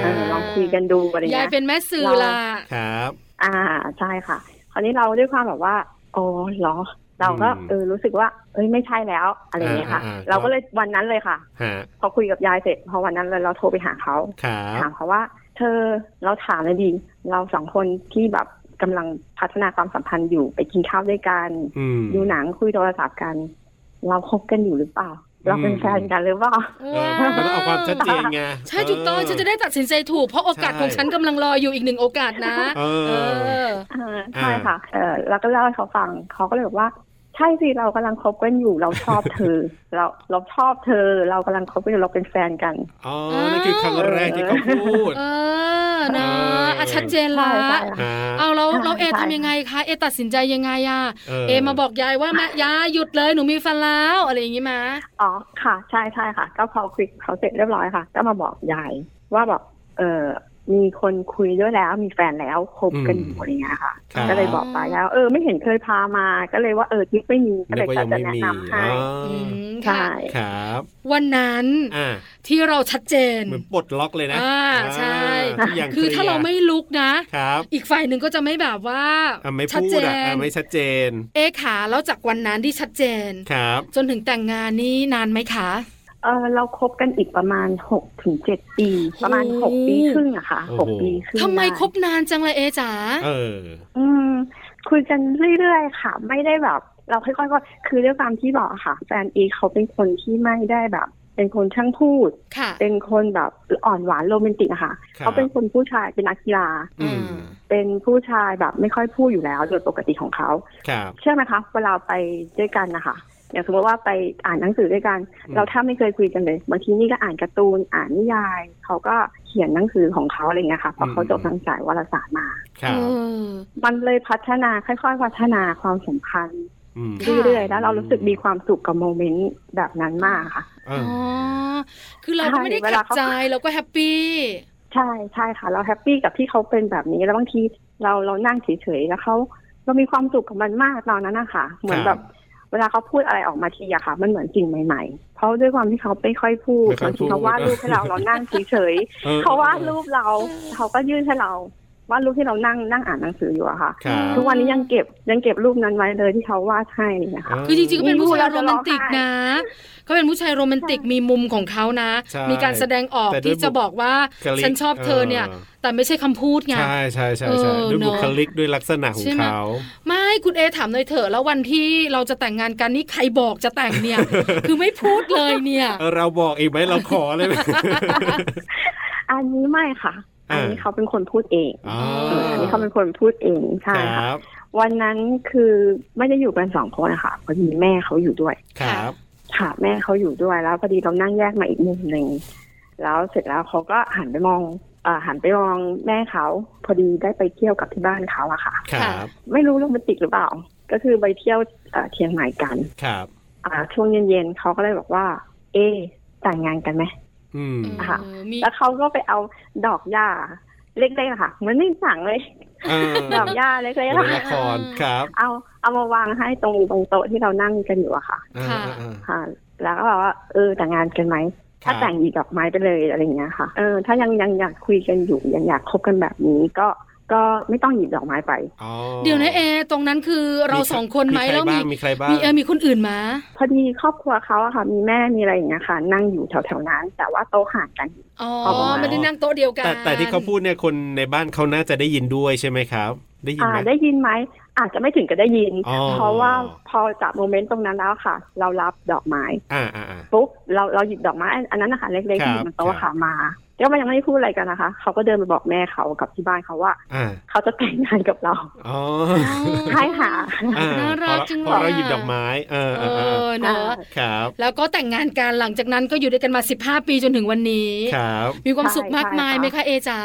B: อ่า
E: เออลองคุยกันดูอะไร
A: ยา
E: เงี้
A: ย
E: ย
A: เป็นแม่สื่อ
E: เรา
A: ล่ะ
B: ครับ
E: อ่าใช่ค่ะ คราวนี้เราด้วยความแบบว่าอ๋อเหรอ เราก็
B: อืม
E: เออรู้สึกว่า เอ้ยไม่ใช่แล้วอะไรเงี้ยค่ะ
B: อ่าอ่าอ่า
E: เราก็เลยวันนั้นเลยค่ะ
B: ฮะ
E: พอคุยกับยายเสร็จพอวันนั้นเลยเราโทรไปหาเขา
B: ครับ
E: ถามเขาว่า เธอเราถามเลยดี เราสองคนที่แบบกำลังพัฒนาความสัมพันธ์อยู่ไปกินข้าวด้วยกัน
B: อืม
E: ดูหนังคุยโทรศัพท์กัน เราคบกันอยู่หรือเปล่า เราเป็น
B: อืม
E: แฟนกันหรือเปล่า
B: เออมันต้องเอาความชัดเจนไง
A: ใช่ถูกต้อง
B: เ
A: ฉันจะได้ตัดสินใจถูก เพราะโอกาส
B: ใช่
A: ของฉันกำลังรออยู่อีกหนึ่งโอกาสนะ
B: เอ
A: เอ
B: อ
A: อ
E: อ่าใช่ค่ะ เออเราก็เล่าให้เขาฟังเขาก็เลยบอกว่า ใช่สิเรากำลังคบกันอยู่ เราชอบเธอ เราเราชอบเธอ เรากำลังคบกันอยู่เราเป็นแฟนกัน
B: อ๋อ นั่นคือครั้งแรกที่เขาพูด
A: เออนะ
B: เออ
A: อ่ะชัดเจน
E: ใช่
A: ละ
E: ใช่
B: ฮะ
A: เอาเราเราเอ
E: ใช่
A: ทำยังไงคะเอตัดสินใจยังไงอะ
B: เอ
A: เอมาบอกยายว่าแม่ยายหยุดเลยหนูมีแฟนแล้วอะไรอย่างงี้มา
E: อ๋อค่ะ ใช่ใช่ค่ะ ก็พอคุยกับเขาเสร็จเรียบร้อยค่ะ ก็มาบอกยายว่าแบบเออมีคนคุยด้วยแล้วมีแฟนแล้วคบกันอยู่อะไรเงี้ยค่ะ
B: ครับ
E: ก็เลยบอกไปแล้ว เออไม่เห็นเคยพามาก็เลยว่าเออทิปไม่มีก็
B: นึ
E: เล
B: ก
E: ย
B: ว่า
E: จะ
B: ยัง
E: จะ
B: ไม่
E: แนะ
B: มี
E: นำให้
B: อ๋อ
A: อืม
E: ใช่
A: ค่ะ
B: ครับ
A: วันนั้น
B: อ่า
A: ที่เราชัดเจน
B: เหมือนปลดล็อกเลยนะ
A: อ่าใช่
B: ทุกย่ง
A: คือถ้าเราไม่ลุกนะ
B: ครับ
A: อีกฝ่ายหนึ่งก็จะไม่แบบว่า
B: อ่ะไม่
A: ชัด
B: พู
A: เจ
B: ด
A: น
B: อ่ะอ่ะไม่ชัดเจน
A: เอ๊ะขาแล้วจากวันนั้นที่ชัดเจน
B: ครับ
A: จนถึงแต่งงานนี่นานไหมคะ
E: เออเราคบกันอีกประมาณหกถึงเจ็ดปี ประมาณหกปีครึ่งอะค่ะหก
B: โอ้โห
E: ปีครึ่ง
A: ทำไม
E: ด้
A: คบนานจังเลยเอจ๋า
B: เออ
E: อืมคุยกันเรื่อยๆค่ะ ไม่ได้แบบ เราค่อยๆก็คือด้วยความที่บอกอะค่ะ แฟนอีเขาเป็นคนที่ไม่ได้แบบ เป็นคนช่างพูด
A: ค่ะ
E: เป็นคนแบบอ่อนหวานโรแมนติกอะค่ะ
B: ครับ
E: เขาเป็นคนผู้ชายเป็นนักกีฬา
B: อืม
E: เป็นผู้ชายแบบไม่ค่อยพูดอยู่แล้วโดยปกติของเขา
B: ครับ
E: เชื่อไหมคะเวลาไปด้วยกันนะคะอย่างสมมติว่าไปอ่านหนังสือด้วยกัน
B: อืม
E: เราถ้าไม่เคยคุยกันเลยบางทีนี่ก็อ่านการ์ตูนอ่านนิยาย เขาก็เขียนหนังสือของเขาอะไรเงี้ยค่ะพอเขาจบทางสายวารสารมา
B: ค
A: เอ
B: รับ
A: อ
E: มันเลยพัฒนาค่อยๆ พัฒนาความสัมพันธ์
B: ม
A: ค่ะ
E: เรื่อยๆ แล้วเรารู้สึกมีความสุขกับโมเมนต์แบบนั้นมากค่ะ
B: เอ
A: อ๋อ
B: อ
A: คือเราก็ไม่ได้
E: ใช่เว
A: ขั
E: ลา
A: ด
E: เขา
A: ใจเราก็แฮปปี้
E: ใช่ใช่ค่ะ เราแฮปปี้กับที่เขาเป็นแบบนี้แล้วบางทีเราเรานั่งเฉยๆแล้วเขาเรามีความสุขกับมันมากตอนนั้นนะคะเหมือนแบบเวลาเขาพูดอะไรออกมาทีอะค่ะ มันเหมือนสิ่งใหม่ ๆ เพราะด้วยความที่เขาไม่ค่อยพูดบางทีเขาวาดรูปให้เราเรานั่งเฉย
B: ออ
E: ๆเขาวาดรูปเราเขาก็ยื่นให้เราวาดรูปที่เรานั่งนั่งอ่านหนังสืออยู่อะค่ะ
B: ครับ
E: ทุกวันนี้ยังเก็บยังเก็บรูปนั้นไว้เลยที่เขาวาดให้นะคะ
A: คือจริงๆก็เป็น
E: นี่
A: ผู้ชายโร
E: พูดแล้วจะ
A: แมนติก
E: ร้องไห้
A: นะเขาเป็นผู้ชายโรแมนติกมีมุมของเขานะ
B: ใช่
A: มีการแสดงออก
B: แต่ด้วย
A: ที่จะบอกว่า
B: บุคลิก
A: ฉันชอบเธอเนี่ย
B: เออ
A: แต่ไม่ใช่คำพูดไง
B: ใช่ใช่ใช่
A: เออ
B: ใช่ด้วย
A: เนอะ
B: บุคลิกด้วยลักษณะขอ
A: ใช่
B: ง
A: ไหม
B: เขา
A: ไม่คุณเอถามเลยเถอะแล้ววันที่เราจะแต่งงานกันนี่ใครบอกจะแต่งเนี่ย คือไม่พูดเลยเนี่ย
B: เออเราบอกอีกไหมเราขอเลยไหม
E: อันนี้ไม่ค่ะ อันนี้
B: อ่า
E: เขาเป็นคนพูดเอง
B: อ๋อ
E: เอออันนี้เขาเป็นคนพูดเองใช่
B: ค
E: ค่ะ
B: รับ
E: วันนั้นคือไม่ได้อยู่กันสองคนนะคะพอดีแม่เขาอยู่ด้วย
B: ครับ
E: ค่ะ แม่เขาอยู่ด้วยแล้วพอดีเรานั่งแยกมาอีกมุมหนึ่งแล้วเสร็จแล้วเขาก็หันไปมองอ่าหันไปมองแม่เขาพอดีได้ไปเที่ยวกับที่บ้านเขาอะค่ะ
B: ค
A: ค่ะ
B: รับ
E: ไม่รู้โรแมนติกหรือเปล่า ก็คือไปเที่ยวเอ่อเชียงใหม่กัน
B: ครับ
E: อ่า ช่วงเย็นๆเขาก็เลยบอกว่า เอะแต่งงานกันไหม
B: อืม
E: ค่ะ
A: เออมี
E: แล้วเขาก็ไปเอาดอกหญ้าเล็กๆอะค่ะเหมือนในหนังเลย
B: อ่า
E: ดอกหญ้าเล็กๆอะ
B: เป็น
E: ค่ะ
B: ละครครับ
E: เอาเอามาวางให้ตรงตรงโต๊ะที่เรานั่งกันอยู่อะค่ะ
B: อ่าอ่าอ่า
E: ค่ะ แล้วก็บอกว่าเออแต่งงานกันไหม ถ้าแต่งหยิบดอกไม้ไปเลยอะไรอย่างเงี้ยค่ะเออถ้ายังยังอยากคุยกันอยู่ยังอยากคบกันแบบนี้ก็ก็ไม่ต้องหยิบดอกไม้ไป
B: อ๋อ
A: เดี๋ยวนะเอ ตรงนั้นคือเราสองคนไหม
B: ใร
A: แล้วมี
B: บ้างมีใครบ้าง
A: มีเอมีคนอื่นมา
E: พอดีครอบครัวเขาอะค่ะ มีแม่มีอะไรอย่างเงี้ยค่ะ นั่งอยู่แถวแถวๆนั้น แต่ว่าโต๊ะห่างกัน
A: อ๋อ
E: เอาประมาณ
A: ไม่ได้นั่งโต๊ะเดียวกัน
B: แต่แต่ที่ เขาพูดเนี่ยคนในบ้านเขาน่าจะได้ยินด้วยใช่ไหมครับ ได้ยิน
E: อ่า
B: ไหม
E: ได้ยินไหมอาจจะไม่ถึงกับได้ยิน
B: อ๋อ
E: เพราะว่าพอจากโมเมนต์ตรงนั้นแล้วค่ะ เรารับดอกไม้
B: อ่าอ่าอ่า
E: ปุ๊บเราเราหยิบดอกไม้อันอันนั้นนะคะเล็กๆที่อยู่บนโต๊ะ
B: ครั
E: ค่ะ
B: บ
E: มาแล้วมันยังไม่ได้พูดอะไรกันนะคะเขาก็เดินไปบอกแม่เขากับที่บ้านเขาว่า
B: อ่า
E: เขาจะแต่งงานกับเรา
B: อ๋อ
A: อ๋อ
E: ให้หา
B: อ่
A: น่ารัก
B: พอ
A: จัง
B: พอเรา
A: เลยอะ
B: หยิบดอกไม้เออ
A: เอ
B: เออเออ
A: อเนอะ
B: ครับ
A: แล้วก็แต่งงานกันหลังจากนั้นก็อยู่ด้วยกันมา 15 ปีจนถึงวันนี้
B: ครับ
A: มีความสุข
E: ใช่
A: มากมาย
E: ใช่ค่ะ
A: ไหมคะเอจ๋า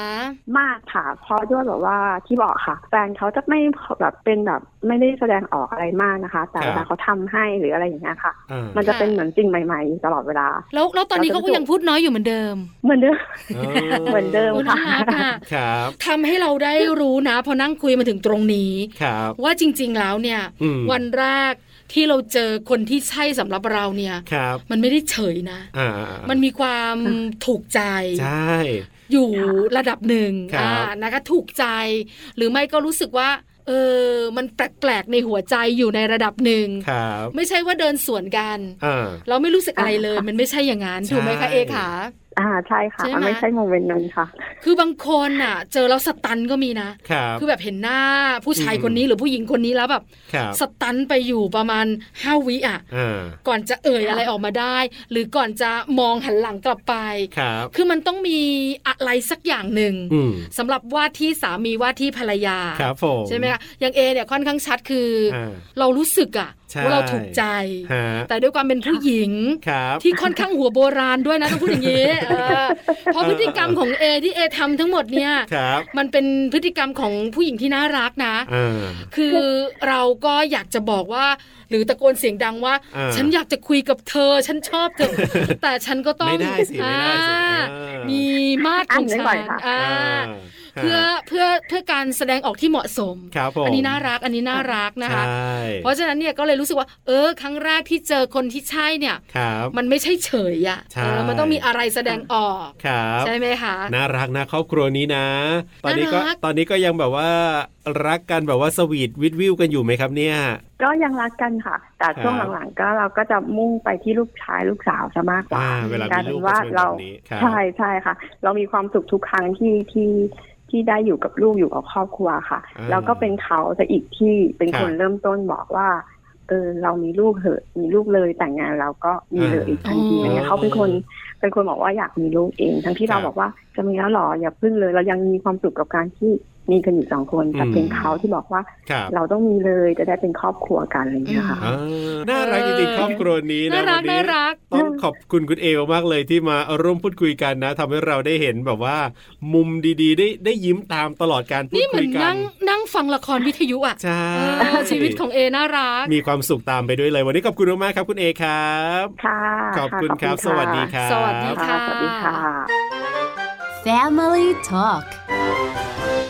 A: ม
E: ากค่ะ เพราะด้วยแบบว่าที่บอกค่ะ แฟนเขาจะไม่แบบเป็นแบบไม่ได้แสดงออกอะไรมากนะคะ แต่
B: ครับ
E: เวลาเขาทำให้หรืออะไรอย่างเงี้ยค่ะ
B: อ่า
E: มันจะเป็นเหมือนสิ่งใหม่ ๆ ตลอดเวลา
A: แล้วแล้วตอนนี้เขาก็ยังพูดน้อยอยู่เหมือนเดิม
E: เหมือนเดิ ม
B: เอ
E: เหมือนเดิม
A: โอ้น่ารักอะ
B: ครับ
A: ทำให้เราได้รู้นะ พอนั่งคุยมาถึงตรงนี้
B: ครับ
A: ว่าจริง ๆ แล้วเนี่ย
B: อืม
A: วันแรกที่เราเจอคนที่ใช่สำหรับเราเนี่ย
B: ครับ
A: มันไม่ได้เฉยนะ
B: อ่าอ่าอ่า
A: มันมีความถูกใจ
B: ใช่
A: อยู่ระดับหนึ่ง
B: ครับ
A: อ่านะคะถูกใจ หรือไม่ก็รู้สึกว่า เออ มันแปลกๆในหัวใจอยู่ในระดับหนึ่ง
B: ครับ
A: ไม่ใช่ว่าเดินสวนกัน
B: อ่า
A: เราไม่รู้สึกอะไรเลย มันไม่ใช่อย่างนั้น
B: ใช่
A: ถูกไหมคะเอขา
E: อ่าใช่ค่ะ
A: ใช่ไหม
E: มันไม่ใช่โมเมนต์นั้นค่ะ
A: คือบางคนน่ะ เจอแล้วสตันก็มีนะ
B: ครับ
A: คือแบบเห็นหน้าผู้ชาย
B: อืม
A: คนนี้หรือผู้หญิงคนนี้แล้วแบบ
B: ครับ
A: สตันไปอยู่ประมาณห้าวิอ่ะ
B: อ่า
A: ก่อนจะเอ่ย
E: ครับ
A: อะไรออกมาได้ หรือก่อนจะมองหันหลังกลับไป
B: ครับ
A: คือมันต้องมีอะไรสักอย่างหนึ่ง
B: อืม
A: สำหรับว่าที่สามีว่าที่ภรรยา
B: ครับผม
A: ใช่ไหมคะอย่างเอเนี่ยค่อนข้างชัดคืออ
B: อ่า
A: เรารู้สึกอะ
B: ใช่
A: ว่าเราถูกใจ
B: ฮะ
A: แต่ด้วยความเป็นผู้หญิง
B: ครับ
A: ที่ค่อนข้างหัวโบราณด้วยนะต้องพูดอย่าง นี้เออเพราะพฤติกรรมของเอที่เอทำทั้งหมดเนี่ย
B: ครับ
A: มันเป็นพฤติกรรมของผู้หญิงที่น่ารักนะ
B: อ่า
A: คือเราก็อยากจะบอกว่า หรือตะโกนเสียงดังว่า
B: อ่า
A: ฉันอยากจะคุยกับเธอ ฉันชอบเธ อ แต่ฉันก็ต้อง
B: ไม่ได้สิไม่ได้สิ
A: อ่า
B: เออ
A: มีมาตรของ
E: อ่าน
A: ฉั
E: ไว้ก่อน
A: น
E: ค่ะ
A: อ่า
B: ฮะ
A: เพื่อเพื่อเพื่อการแสดงออกที่เหมาะสม
B: ครับผม
A: อั
B: อั
A: นนี้น่ารักอันนี้น่ารักนะคะ
B: ใช่
A: เพราะฉะนั้นเนี่ยก็เลยรู้สึกว่า เออ ครั้งแรกที่เจอคนที่ใช่เนี่ย
B: ครับ
A: มันไม่ใช่เฉยอะ
B: ใช่
A: เออมันต้องมีอะไรแสดงออก
B: ครับ
A: ใช่ไหมคะ
B: น่ารักนะครอบครัวนี้นะ ตอนนี้ก็
A: น่ารัก
B: ตอนนี้ก็ยังแบบว่า รักกันแบบว่าสวีทวิดวิวกันอยู่ไหมครับเนี่ย
E: ก็ยังรักกันค่ะ แต่ช่วง
B: ครับ
E: หลังๆก็เราก็จะมุ่งไปที่ลูกชายลูกสาวซะมากกว่า
B: อ่าเวลา
E: ลา
B: มี
E: ยเป็
B: ลู
E: น
B: กก็
E: ว่า
B: จะเป็นแบ
E: เรา
B: บนี้ครับ
E: ใช่ใช่ค่ะ เรามีความสุขทุกครั้งที่ที่ที่ได้อยู่กับลูกอยู่กับครอบครัวค่ะ
B: อ่า
E: แล้วก็เป็นเขาจะอีกที่เป็น
B: ครับ
E: คนเริ่มต้นบอกว่าเออเรามีลูกเหอะมีลูกเลยแต่งงานเราก็มีเลย
B: อ่า
E: ทันที
A: อ๋ออ
E: ย่างเงี้ยเขาเป็นคนเป็นคนบอกว่าอยากมีลูกเอง ทั้งที่
B: ครั
E: เรา
B: บ
E: บอกว่าจะมีแล้วหรออย่าพึ่งเลย เรายังมีความสุขกับการที่มีกันอยู่สองคนแต่
B: อืม
E: เป็นเขาที่บอกว่า
B: ครับ
E: เราต้องมีเลยจะได้เป็นครอบครัวกันอะไรอย่างเงี้ยค่ะ
B: อ่าน่ารักจริงๆครอบครัวนี้
A: น่า
B: นะ
A: รั
B: วั
A: ก
B: น
A: น่า
B: นี้
A: รัก
B: ต้องขอบคุณคุณเอมากๆเลยที่มาร่วมพูดคุยกันนะทำให้เราได้เห็นแบบว่า มุมดีๆ ได้ได้ยิ้มตามตลอดการพูด
A: นี่เหมื
B: คุ
A: อย น
B: กั
A: นั่
B: น
A: งนั่งฟังละครวิทยุอ่ะ
B: ใช่
A: เออชีวิตของเอน่ารัก
B: มีความสุขตามไปด้วยเลย วันนี้ขอบคุณมากๆครับคุณเอครับ
E: ค่ะ
B: ขอบคุณครับ ส
E: ะ
B: วัสดีครับ
A: สวัสดี
E: ค่ะ สวัสดีค่ะ
D: Family Talk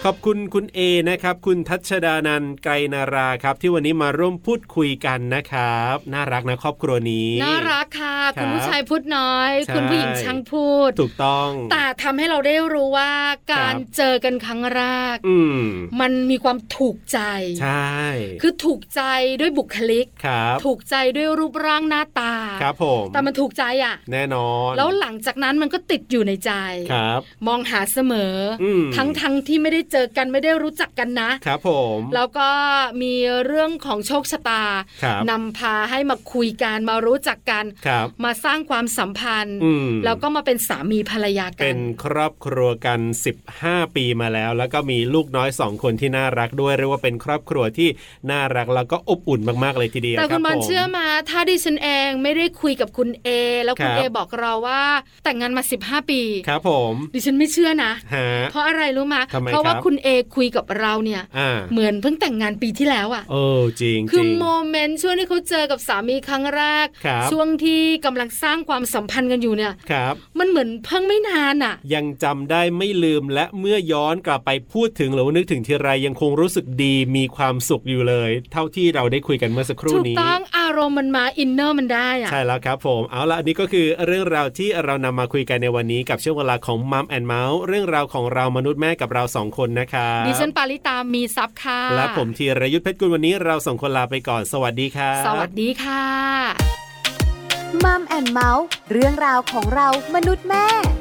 B: ขอบคุณคุณเอนะครับ คุณทัชดานันท์ไกรนาราครับ ที่วันนี้มาร่วมพูดคุยกันนะครับ น่ารักนะครอบครัวนี้
A: น่ารักค่ะ
B: ครับ
A: คุณผู้ชายพูดน้อย
B: ใช่
A: คุณผู้หญิงช่างพูด
B: ถูกต้อง
A: แต่ทำให้เราได้รู้ว่าการ
B: ครับ
A: เจอกันครั้งแรก
B: อืม
A: มันมีความถูกใจ
B: ใช่
A: คือถูกใจด้วยบุคลิก
B: ครับ
A: ถูกใจด้วยรูปร่างหน้าตา
B: ครับผม
A: แต่มันถูกใจอ่ะ
B: แน่นอน
A: แล้วหลังจากนั้นมันก็ติดอยู่ในใจ
B: ครับ
A: มองหาเสมออ
B: ม
A: ทั้งทั้งที่ไม่ได้เจอกันไม่ได้รู้จักกันนะ
B: ครับผม
A: แล้วก็มีเรื่องของโชคชะตา
B: ครับ
A: นำพาให้มาคุยกันมารู้จักกัน
B: ครับ
A: มาสร้างความสัมพันธ์
B: อืม
A: แล้วก็มาเป็นสามีภรรยากั
B: เป็น นครอบครัวกัน 15 ปีมาแล้ว แล้วก็มีลูกน้อย 2 คนที่น่ารักด้วยเรียกว่าเป็นครอบครัวที่น่ารักแล้วก็อบอุ่นมากๆเลยทีเดียว
A: แต่
B: รั
A: คุณ
B: บ
A: มอน
B: ผม
A: เชื่อมา ถ้าดิฉันเองไม่ได้คุยกับคุณเอแล้วคุณ
B: ครั
A: เอบ บอกเราว่า แต่งงานมา 15 ปี
B: ครับผม
A: ดิฉันไม่เชื่อนะ
B: ฮะ
A: เพราะอะไรรู้มา
B: ทำไม
A: เพราะว่า
B: ครับ
A: คุณเอคุยกับเราเนี่ย
B: อ่า
A: เหมือนเพิ่งแต่งงานปีที่แล้วอะ
B: เออจริง
A: คือ
B: จริง
A: โมเมนต์ช่วงที่เขาเจอกับสามีครั้งแรก
B: ครับ
A: ช่วงที่กำลังสร้างความสัมพันธ์กันอยู่เนี่ย
B: ครับ
A: มันเหมือนเพิ่งไม่นานอ่ะ
B: ยังจำได้ไม่ลืมและเมื่อย้อนกลับไปพูดถึงหรือว่านึกถึงทีไรยังคงรู้สึกดีมีความสุขอยู่เลย เท่าที่เราได้คุยกันเมื่อสักครู่
A: ถูก
B: นี้
A: ต้องอารมณ์มันมาอินเนอร์มันได้อ่ะ
B: ใช่แล้วครับผมเอาละอันนี้ก็คือเรื่องราวที่เรานำมาคุยกันในวันนี้กับช่วงเวลาของมัมแอนเมาส์เรื่องราวของเรามนุษย์แม่กับเราสองคนนะครับ
A: ดิฉันปาริตามีซับค่ะ
B: และผมธีรยุทธเพชรกุลวันนี้เราสองคนลาไปก่อนสวัสดีครับ
A: สวัสดีค่ะ
D: มัมแอนเมาส์เรื่องราวของเรามนุษย์แม่